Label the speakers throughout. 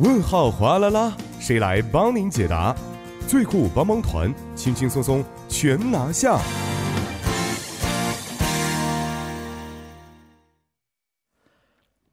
Speaker 1: 问号哗啦啦，谁来帮您解答？最酷帮帮团，轻轻松松全拿下。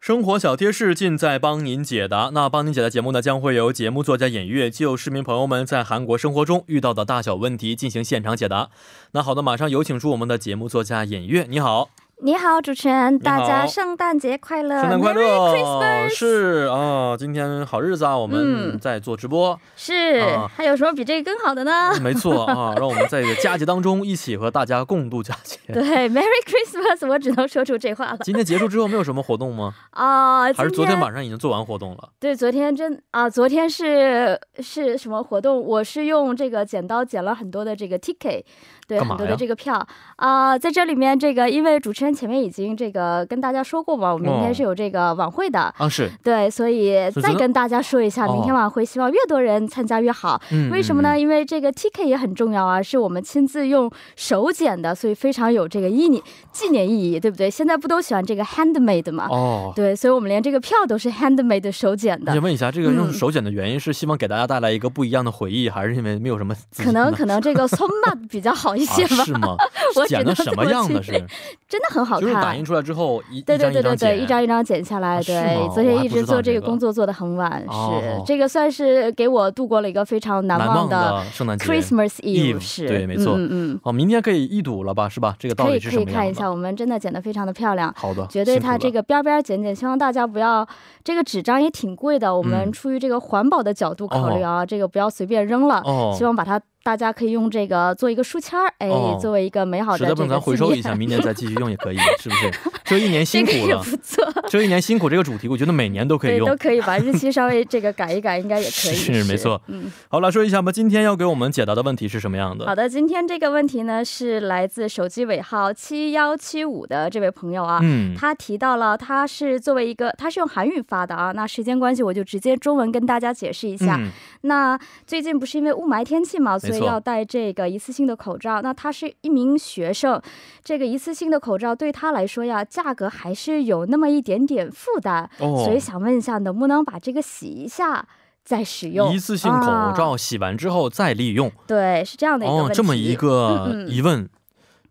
Speaker 2: 生活小贴士尽在帮您解答。那帮您解答节目呢，将会由节目作家尹月就市民朋友们在韩国生活中遇到的大小问题进行现场解答。那好的，马上有请出我们的节目作家尹月，你好，
Speaker 3: 你好，主持人，大家
Speaker 2: 好
Speaker 3: 圣诞节快乐！
Speaker 2: 圣诞快
Speaker 3: Merry
Speaker 2: 乐！
Speaker 3: Christmas
Speaker 2: 嗯是啊，今天好日子啊，我们
Speaker 3: 嗯
Speaker 2: 在做直播，
Speaker 3: 是、
Speaker 2: 啊
Speaker 3: 还有什么比这个更好的呢？
Speaker 2: 没错啊，让我们在这个佳节当中一起和大家共度佳节。
Speaker 3: 对，Merry Christmas，我只能说出这话了
Speaker 2: 今天结束之后没有什么活动吗？
Speaker 3: 啊、
Speaker 2: 还是昨天
Speaker 3: 吧？
Speaker 2: 晚上已经做完活动了？
Speaker 3: 对，昨天真啊、昨天是是什么活动？我是用这个剪刀剪了很多的这个 ticket，对，
Speaker 2: 干嘛
Speaker 3: 很
Speaker 2: 呀
Speaker 3: 多的这个票啊、在这里面这个，因为主持人前面已经这个跟大家说过嘛，我们明
Speaker 2: 哦
Speaker 3: 天是有这个晚会的。
Speaker 2: 啊，是，
Speaker 3: 对，所以
Speaker 2: 所以
Speaker 3: 再
Speaker 2: 觉得
Speaker 3: 跟大家说一下，
Speaker 2: 哦
Speaker 3: 明天晚会希望越多人参加越好。
Speaker 2: 嗯，
Speaker 3: 为什么呢？因为这个 TK 也很重要啊，是我们亲自用手剪的，所以非常有这个意念纪念意义，对不对？现在不都喜欢这个 handmade 吗？
Speaker 2: 哦，
Speaker 3: 对，所以我们连这个票都是 handmade 手剪
Speaker 2: 我想
Speaker 3: 的。
Speaker 2: 问一下，这个用
Speaker 3: 嗯
Speaker 2: 手剪的原因是希望给大家带来一个不一样的回忆，还是因为没有什么自
Speaker 3: 可
Speaker 2: 信
Speaker 3: 能
Speaker 2: 呢
Speaker 3: 可能这个松马比较好一些
Speaker 2: 啊、
Speaker 3: 吧，？
Speaker 2: 是吗
Speaker 3: 我只
Speaker 2: 剪的
Speaker 3: 能
Speaker 2: 什
Speaker 3: 这
Speaker 2: 么
Speaker 3: 么
Speaker 2: 样
Speaker 3: 去
Speaker 2: 的是？
Speaker 3: 真的很好
Speaker 2: 就是打印
Speaker 3: 看。
Speaker 2: 出来之后一
Speaker 3: 对对
Speaker 2: 一张
Speaker 3: 对
Speaker 2: 一
Speaker 3: 对
Speaker 2: 张
Speaker 3: 对，
Speaker 2: 剪，
Speaker 3: 一张一张剪下来。
Speaker 2: 啊是吗
Speaker 3: 对，昨
Speaker 2: 我还
Speaker 3: 天一
Speaker 2: 不知
Speaker 3: 直
Speaker 2: 道
Speaker 3: 做
Speaker 2: 这
Speaker 3: 这个
Speaker 2: 个
Speaker 3: 工作做的很晚，
Speaker 2: 哦
Speaker 3: 是这个算是给我度过了一个非常难
Speaker 2: 难
Speaker 3: 忘的
Speaker 2: 的圣诞节。
Speaker 3: Christmas
Speaker 2: Eve，
Speaker 3: Eve，是，
Speaker 2: 对没错
Speaker 3: 嗯嗯
Speaker 2: 哦，明天可以一睹了吧？是吧？这个
Speaker 3: 嗯，
Speaker 2: 到
Speaker 3: 可以
Speaker 2: 底是
Speaker 3: 可
Speaker 2: 什
Speaker 3: 以
Speaker 2: 么样
Speaker 3: 看
Speaker 2: 的？
Speaker 3: 一下，我们真的剪的非常的漂亮。
Speaker 2: 好的，
Speaker 3: 绝对
Speaker 2: 啊辛苦
Speaker 3: 它这
Speaker 2: 了
Speaker 3: 个边儿边儿剪剪，希望大家不要这个纸张也挺贵的，我
Speaker 2: 嗯
Speaker 3: 们出于这个环保的角度考虑啊，这个不要随便扔了，
Speaker 2: 哦，
Speaker 3: 希望把它大家可以用这个做一个书签儿，哎，
Speaker 2: 哦
Speaker 3: 作为一个美好
Speaker 2: 实
Speaker 3: 的
Speaker 2: 在
Speaker 3: 这
Speaker 2: 不
Speaker 3: 个
Speaker 2: 能咱回
Speaker 3: 纪
Speaker 2: 收
Speaker 3: 念
Speaker 2: 一下，明年再继续用也可以，是不是？这一年
Speaker 3: 这
Speaker 2: 辛
Speaker 3: 个
Speaker 2: 苦
Speaker 3: 也
Speaker 2: 了，
Speaker 3: 不错，
Speaker 2: 这一年辛苦这个主题，我觉得每年都可以
Speaker 3: 对，
Speaker 2: 用
Speaker 3: 都。可以把日期稍微这个改一改，应该也可 以。
Speaker 2: 是没错，
Speaker 3: 嗯，
Speaker 2: 好了，说一下吧，今天要给我们解答的问题是什么样的？
Speaker 3: 好的，今天这个问题呢是来自手机尾号七幺七五的这位朋友啊，
Speaker 2: 嗯，
Speaker 3: 他提到了他是作为一个，他是用韩语发的啊。那时间关系，我就直接中文跟大家解释一下。
Speaker 2: 嗯
Speaker 3: 那最近不是因为雾霾天气嘛，
Speaker 2: 错
Speaker 3: 所以要戴这个一次性的口罩。那他是一名学生，这个一次性的口罩对他来说呀，价格还是有那么一点点负担，
Speaker 2: 哦，
Speaker 3: 所以想问一下，能不能把这个洗一下再使用？
Speaker 2: 一次性口
Speaker 3: 啊、
Speaker 2: 罩洗完之后再利用。
Speaker 3: 对，是这样的一个问
Speaker 2: 哦
Speaker 3: 题。，
Speaker 2: 这么一个
Speaker 3: 嗯嗯
Speaker 2: 疑问。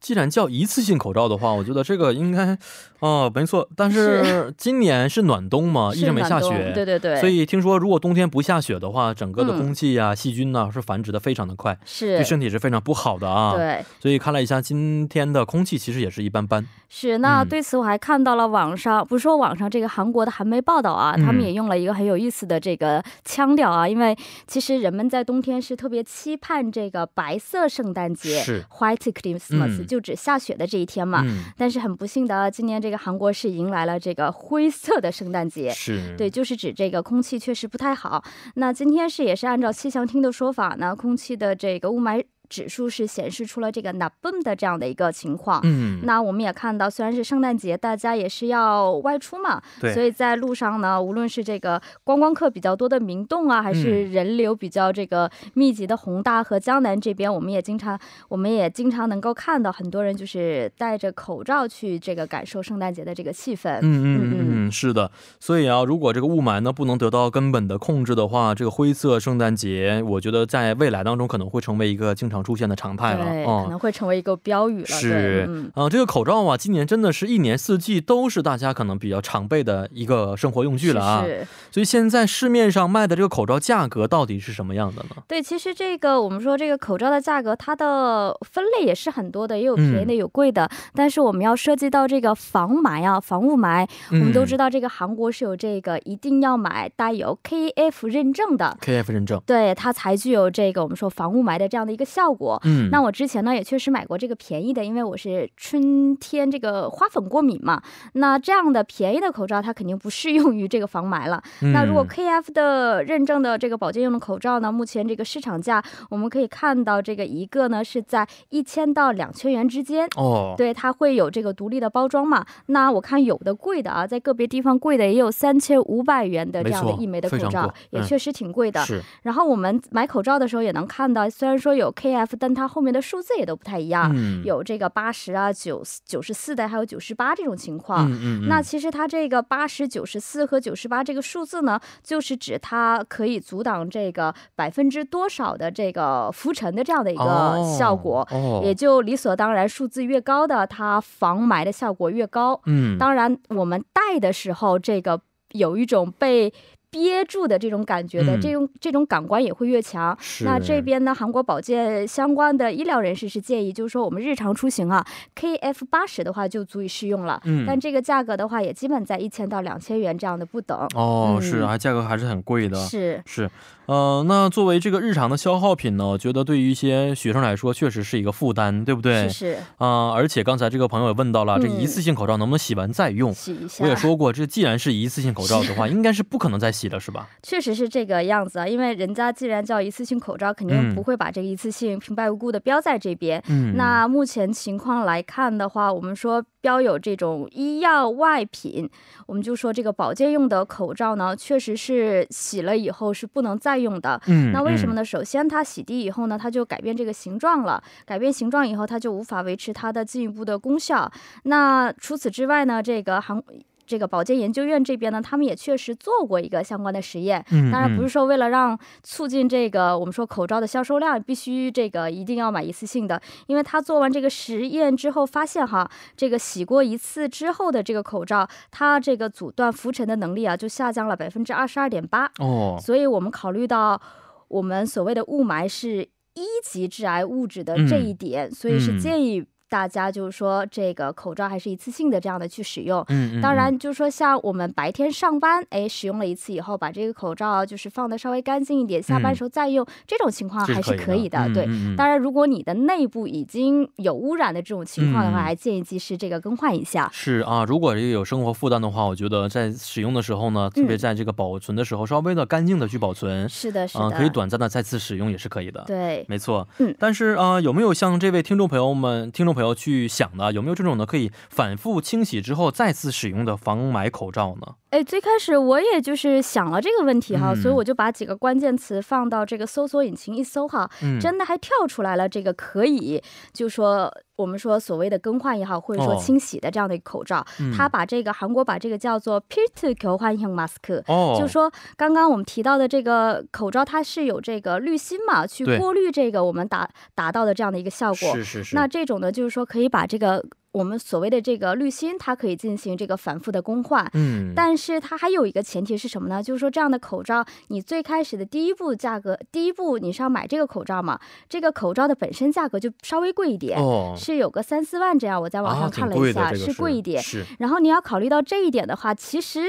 Speaker 2: 既然叫一次性口罩的话，我觉得这个应该， 哦，没错。但是今年是暖冬嘛，一
Speaker 3: 是
Speaker 2: 直没下
Speaker 3: 暖冬
Speaker 2: 雪，
Speaker 3: 对对对，
Speaker 2: 所以听说如果冬天不下雪的话，整个的
Speaker 3: 嗯
Speaker 2: 空气呀、细菌呐是繁殖的非常的快，
Speaker 3: 是
Speaker 2: 对身体是非常不好的啊。
Speaker 3: 对。
Speaker 2: 所以看了一下今天的空气，其实也是一般般。
Speaker 3: 是，那
Speaker 2: 嗯
Speaker 3: 对此我还看到了网上，不是说网上这个韩国的韩媒报道啊，他们
Speaker 2: 嗯
Speaker 3: 也用了一个很有意思的这个腔调啊，因为其实人们在冬天是特别期盼这个白色圣诞节
Speaker 2: 是
Speaker 3: （White Christmas），、
Speaker 2: 嗯
Speaker 3: 就指下雪的这一天嘛。
Speaker 2: 嗯，
Speaker 3: 但是很不幸的，今年这个韩国是迎来了这个灰色的圣诞节。
Speaker 2: 是，
Speaker 3: 对，，就是指这个空气确实不太好。那今天是也是按照气象厅的说法呢，空气的这个雾霾指数是显示出了这个 n a b m 的这样的一个情况。
Speaker 2: 嗯，
Speaker 3: 那我们也看到，虽然是圣诞节，大家也是要外出嘛，所
Speaker 2: 对，
Speaker 3: 以在路上呢，无论是这个观光客比较多的明洞啊，还
Speaker 2: 嗯
Speaker 3: 是人流比较这个密集的宏大和江南这边，我们也经常，我们也经常能够看到很多人就是戴着口罩去这个感受圣诞节的这个气氛。
Speaker 2: 嗯嗯
Speaker 3: 嗯
Speaker 2: 嗯嗯，是的。所以啊，如果这个雾霾呢不能得到根本的控制的话，这个灰色圣诞节，我觉得在未来当中可能会成为一个经常出现的常态了。
Speaker 3: 对，可
Speaker 2: 嗯
Speaker 3: 能会成为一个标语了。对
Speaker 2: 是
Speaker 3: 嗯，
Speaker 2: 啊、这个口罩啊，今年真的是一年四季都是大家可能比较常备的一个生活用具了啊。
Speaker 3: 是是
Speaker 2: 所以现在市面上卖的这个口罩价格到底是什么样的呢？
Speaker 3: 对，其实这个我们说这个口罩的价格，它的分类也是很多的，也有便宜的，
Speaker 2: 嗯
Speaker 3: 有贵的。但是我们要涉及到这个防霾啊、防雾霾，
Speaker 2: 嗯
Speaker 3: 我们都知道这个韩国是有这个一定要买带有 KF 认证的，
Speaker 2: KF 认证，
Speaker 3: 对它才具有这个我们说防雾霾的这样的一个效果。
Speaker 2: 嗯，
Speaker 3: 那我之前呢也确实买过这个便宜的，因为我是春天这个花粉过敏嘛。那这样的便宜的口罩它肯定不适用于这个防霾了。那如果
Speaker 2: 嗯
Speaker 3: KF 的认证的这个保健用的口罩呢，目前这个市场价我们可以看到，这个一个呢是在一千到两千元之间。
Speaker 2: 哦，
Speaker 3: 对，它会有这个独立的包装嘛？那我看有的贵的啊，在个别地方贵的也有三千五百元的这样的
Speaker 2: 没错
Speaker 3: 一枚的口
Speaker 2: 非常
Speaker 3: 罩
Speaker 2: 贵，
Speaker 3: 也
Speaker 2: 嗯
Speaker 3: 确实挺贵的。
Speaker 2: 是，
Speaker 3: 然后我们买口罩的时候也能看到，虽然说有 K KF，但它后面的数字也都不太一样，
Speaker 2: 嗯
Speaker 3: 啊有这个八十啊、九九十四的，还有九十八这种情况。
Speaker 2: 嗯嗯，
Speaker 3: 啊那
Speaker 2: 嗯
Speaker 3: 其实它这个八十九十四和九十八这个数字呢，就是指它可以阻挡这个百分之多少的这个浮尘的这样的一个
Speaker 2: 哦
Speaker 3: 效果，
Speaker 2: 哦，
Speaker 3: 也就理所当然，数字越高的它防霾的效果越高。
Speaker 2: 嗯，
Speaker 3: 当然，我们戴的时候，这个有一种被憋住的这种感觉的，
Speaker 2: 嗯
Speaker 3: 这种这种感官也会越强。
Speaker 2: 是
Speaker 3: 那这边呢，韩国保健相关的医疗人士是建议，就是说我们日常出行啊，KF 八十的话就足以适用了。
Speaker 2: 嗯
Speaker 3: 但这个价格的话，也基本在一千到两千元这样的不等。
Speaker 2: 哦
Speaker 3: 嗯
Speaker 2: 是啊，价格还是很贵的。
Speaker 3: 是，
Speaker 2: 是，呃，那作为这个日常的消耗品呢，我觉得对于一些学生来说，确实是一个负担，对不对？
Speaker 3: 是是，
Speaker 2: 啊、而且刚才这个朋友也问到了，这
Speaker 3: 嗯
Speaker 2: 一次性口罩能不能洗完再用？
Speaker 3: 洗啊一下。
Speaker 2: 我也说过，这既然是一次性口罩的话，应该是不可能再洗了，是吧？
Speaker 3: 确实是这个样子啊，因为人家既然叫一次性口罩，肯定
Speaker 2: 嗯
Speaker 3: 不会把这个一次性平白无故的标在这边。
Speaker 2: 嗯，
Speaker 3: 那目前情况来看的话，我们说标有这种医药外品，我们就说这个保健用的口罩呢，确实是洗了以后是不能再用的。
Speaker 2: 嗯，
Speaker 3: 那为什么
Speaker 2: 呢？
Speaker 3: 呢？首先，它洗涤以后呢，它就改变这个形状了。改变形状以后，它就无法维持它的进一步的功效。那除此之外呢，这个韩这个保健研究院这边呢，他们也确实做过一个相关的实验。
Speaker 2: 嗯，
Speaker 3: 当然不是
Speaker 2: 嗯
Speaker 3: 说为了让促进这个我们说口罩的销售量，必须这个一定要买一次性的，因为他做完这个实验之后发现哈，这个洗过一次之后的这个口罩，它这个阻断浮尘的能力啊就下降了百分之二十二点八，
Speaker 2: 哦，
Speaker 3: 所以我们考虑到我们所谓的雾霾是一级致癌物质的这一
Speaker 2: 嗯
Speaker 3: 点，所以是建议大家就是说这个口罩还是一次性的这样的去使用，
Speaker 2: 嗯，嗯
Speaker 3: 当，然，就是说像我们白天上班，哎，使用了一次以后，把这个口罩就是放的稍微干净一点，下班时候再用，这种情
Speaker 2: 嗯
Speaker 3: 况
Speaker 2: 嗯这
Speaker 3: 啊还
Speaker 2: 是
Speaker 3: 是
Speaker 2: 可
Speaker 3: 可
Speaker 2: 以
Speaker 3: 以
Speaker 2: 的，
Speaker 3: 的。对，
Speaker 2: 嗯，
Speaker 3: 当然，如果你的内部已经有污染的这种情况的话，
Speaker 2: 嗯
Speaker 3: 还建议及时这个更换一下。
Speaker 2: 是啊，如果也有生活负担的话，我觉得在使用的时候呢，特别
Speaker 3: 嗯
Speaker 2: 在这个保存的时候，稍微的干净的去保存，
Speaker 3: 是的，是
Speaker 2: 嗯、
Speaker 3: 的，
Speaker 2: 可以短暂的再次使用也是可以的。
Speaker 3: 对。
Speaker 2: 没错，
Speaker 3: 嗯
Speaker 2: 但是啊、呃有没有像这位听众朋友们、听众朋友去想的，有没有这种呢可以反复清洗之后再次使用的防霾口罩呢？
Speaker 3: 哎，最开始我也就是想了这个问题哈，
Speaker 2: 嗯
Speaker 3: 所以我就把几个关键词放到这个搜索引擎一搜哈，
Speaker 2: 嗯，
Speaker 3: 真的还跳出来了这个可以，就说我们说所谓的更换也好，或者说
Speaker 2: 哦
Speaker 3: 清洗的这样的一个口罩，
Speaker 2: 嗯
Speaker 3: 他把这个韩国把这个叫做 peer to 交换型 mask。
Speaker 2: 哦，
Speaker 3: 就说刚刚我们提到的这个口罩，它是有这个滤芯嘛，去
Speaker 2: 对
Speaker 3: 过滤这个我们达达到的这样的一个效果。
Speaker 2: 是是是，
Speaker 3: 那这种呢，就是说可以把这个我们所谓的这个滤芯，它可以进行这个反复的更换。
Speaker 2: 嗯，
Speaker 3: 但是它还有一个前提是什么呢？就是说这样的口罩，你最开始的第一步价格，第一步你是要买这个口罩嘛，这个口罩的本身价格就稍微贵一点，
Speaker 2: 哦，
Speaker 3: 是有个三四万这样。我在网
Speaker 2: 啊
Speaker 3: 上
Speaker 2: 挺
Speaker 3: 看了
Speaker 2: 贵
Speaker 3: 一
Speaker 2: 的
Speaker 3: 下，
Speaker 2: 这个
Speaker 3: 是贵一点。
Speaker 2: 是
Speaker 3: 然后你要考虑到这一点的话，其实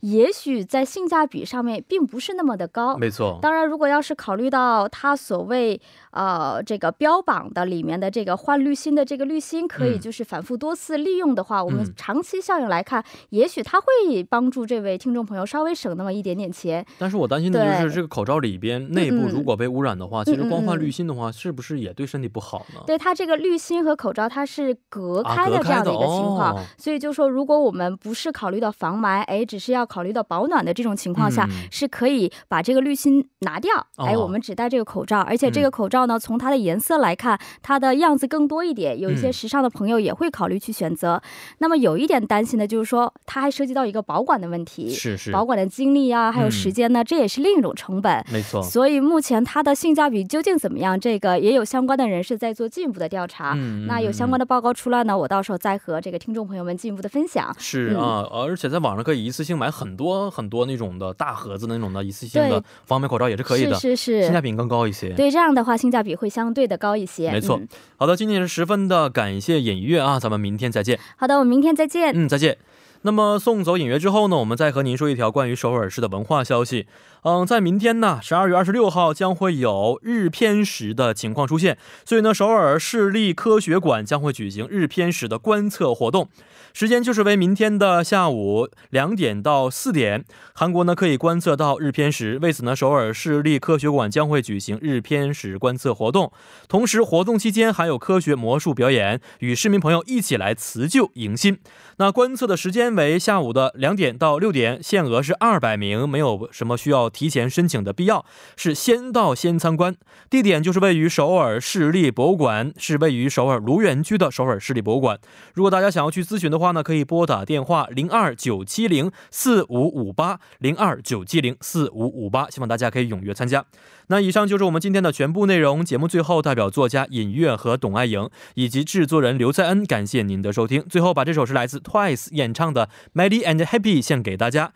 Speaker 3: 也许在性价比上面并不是那么的高。
Speaker 2: 没错，
Speaker 3: 当然，如果要是考虑到它所谓呃这个标榜的里面的这个换滤芯的这个滤芯可以
Speaker 2: 嗯
Speaker 3: 就是反复多次利用的话，我
Speaker 2: 嗯
Speaker 3: 们长期效应来看，也许它会帮助这位听众朋友稍微省那么一点点钱。
Speaker 2: 但是我担心的就是
Speaker 3: 对
Speaker 2: 这个口罩里边内部
Speaker 3: 嗯
Speaker 2: 如果被污染的话，其实
Speaker 3: 嗯嗯
Speaker 2: 光换
Speaker 3: 嗯
Speaker 2: 滤芯的话，是不是也对身体不好呢？
Speaker 3: 对它这个滤芯和口罩它是隔
Speaker 2: 啊
Speaker 3: 开
Speaker 2: 隔
Speaker 3: 的这样
Speaker 2: 开的
Speaker 3: 一个情况，
Speaker 2: 哦
Speaker 3: 所以就说如果我们不是考虑到防霾，哎，只是要考虑到保暖的这种情况下，
Speaker 2: 嗯
Speaker 3: 是可以把这个滤芯拿掉，哎，
Speaker 2: 哦
Speaker 3: 我们只戴这个口罩，而且这
Speaker 2: 嗯
Speaker 3: 个口罩呢，从它的颜色来看，它的样子更多一点，有一些
Speaker 2: 嗯
Speaker 3: 时尚的朋友也会考虑去选择。那么有一点担心的就是说，它还涉及到一个保管的问题，
Speaker 2: 是是，嗯
Speaker 3: 保管的精力啊，还有时间呢，这也是另一种成本。
Speaker 2: 没错，
Speaker 3: 所以目前它的性价比究竟怎么样？这个也有相关的人士在做进一步的调查。
Speaker 2: 嗯
Speaker 3: 那有相
Speaker 2: 的。
Speaker 3: 关
Speaker 2: 嗯
Speaker 3: 的报告出来呢，我到时候再和这个听众朋友们进一步的分享。
Speaker 2: 是
Speaker 3: 嗯
Speaker 2: 啊，而且在网上可以一次性买很多很多那种的大盒子那种的一次性的
Speaker 3: 对
Speaker 2: 防霾口罩也是可以的，
Speaker 3: 是是
Speaker 2: 性价
Speaker 3: 是，
Speaker 2: 比更高一些。
Speaker 3: 对这样的话性价比会相对的高一些。
Speaker 2: 没错
Speaker 3: 嗯
Speaker 2: 好的，今天也是十分的感谢尹月啊，咱们明天再见。
Speaker 3: 好的，我们明天再见。
Speaker 2: 嗯，再见。那么送走隐约之后呢，我们再和您说一条关于首尔市的文化消息。嗯，在明天呢，十二月二十六号将会有日偏食的情况出现，所以呢，首尔市立科学馆将会举行日偏食的观测活动，时间就是为明天的下午两点到四点。韩国呢可以观测到日偏食，为此呢，首尔市立科学馆将会举行日偏食观测活动，同时活动期间还有科学魔术表演，与市民朋友一起来辞旧迎新。那观测的时间间为下午的两点到六点，限额是二百名，没有什么需要提前申请的必要，是先到先参观。地点就是位于首尔市立博物馆，是位于首尔卢园区的首尔市立博物馆。如果大家想要去咨询的话呢，可以拨打电话零二九七零四五五八零二九七零四五五八，希望大家可以踊跃参加。那以上就是我们今天的全部内容。节目最后，代表作家尹月和董爱莹以及制作人刘在恩，感谢您的收听。最后，把这首是来自 Twice 演唱的《Melody and Happy》献给大家。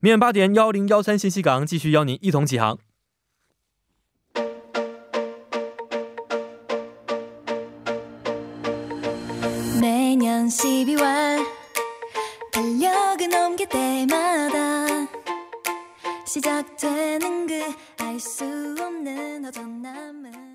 Speaker 2: 明晚八点幺零幺三信息港继续邀您一同起航。
Speaker 4: 매년 12월 달력을 넘길 때마다 시작되는 그 알 수 없는 어전 남은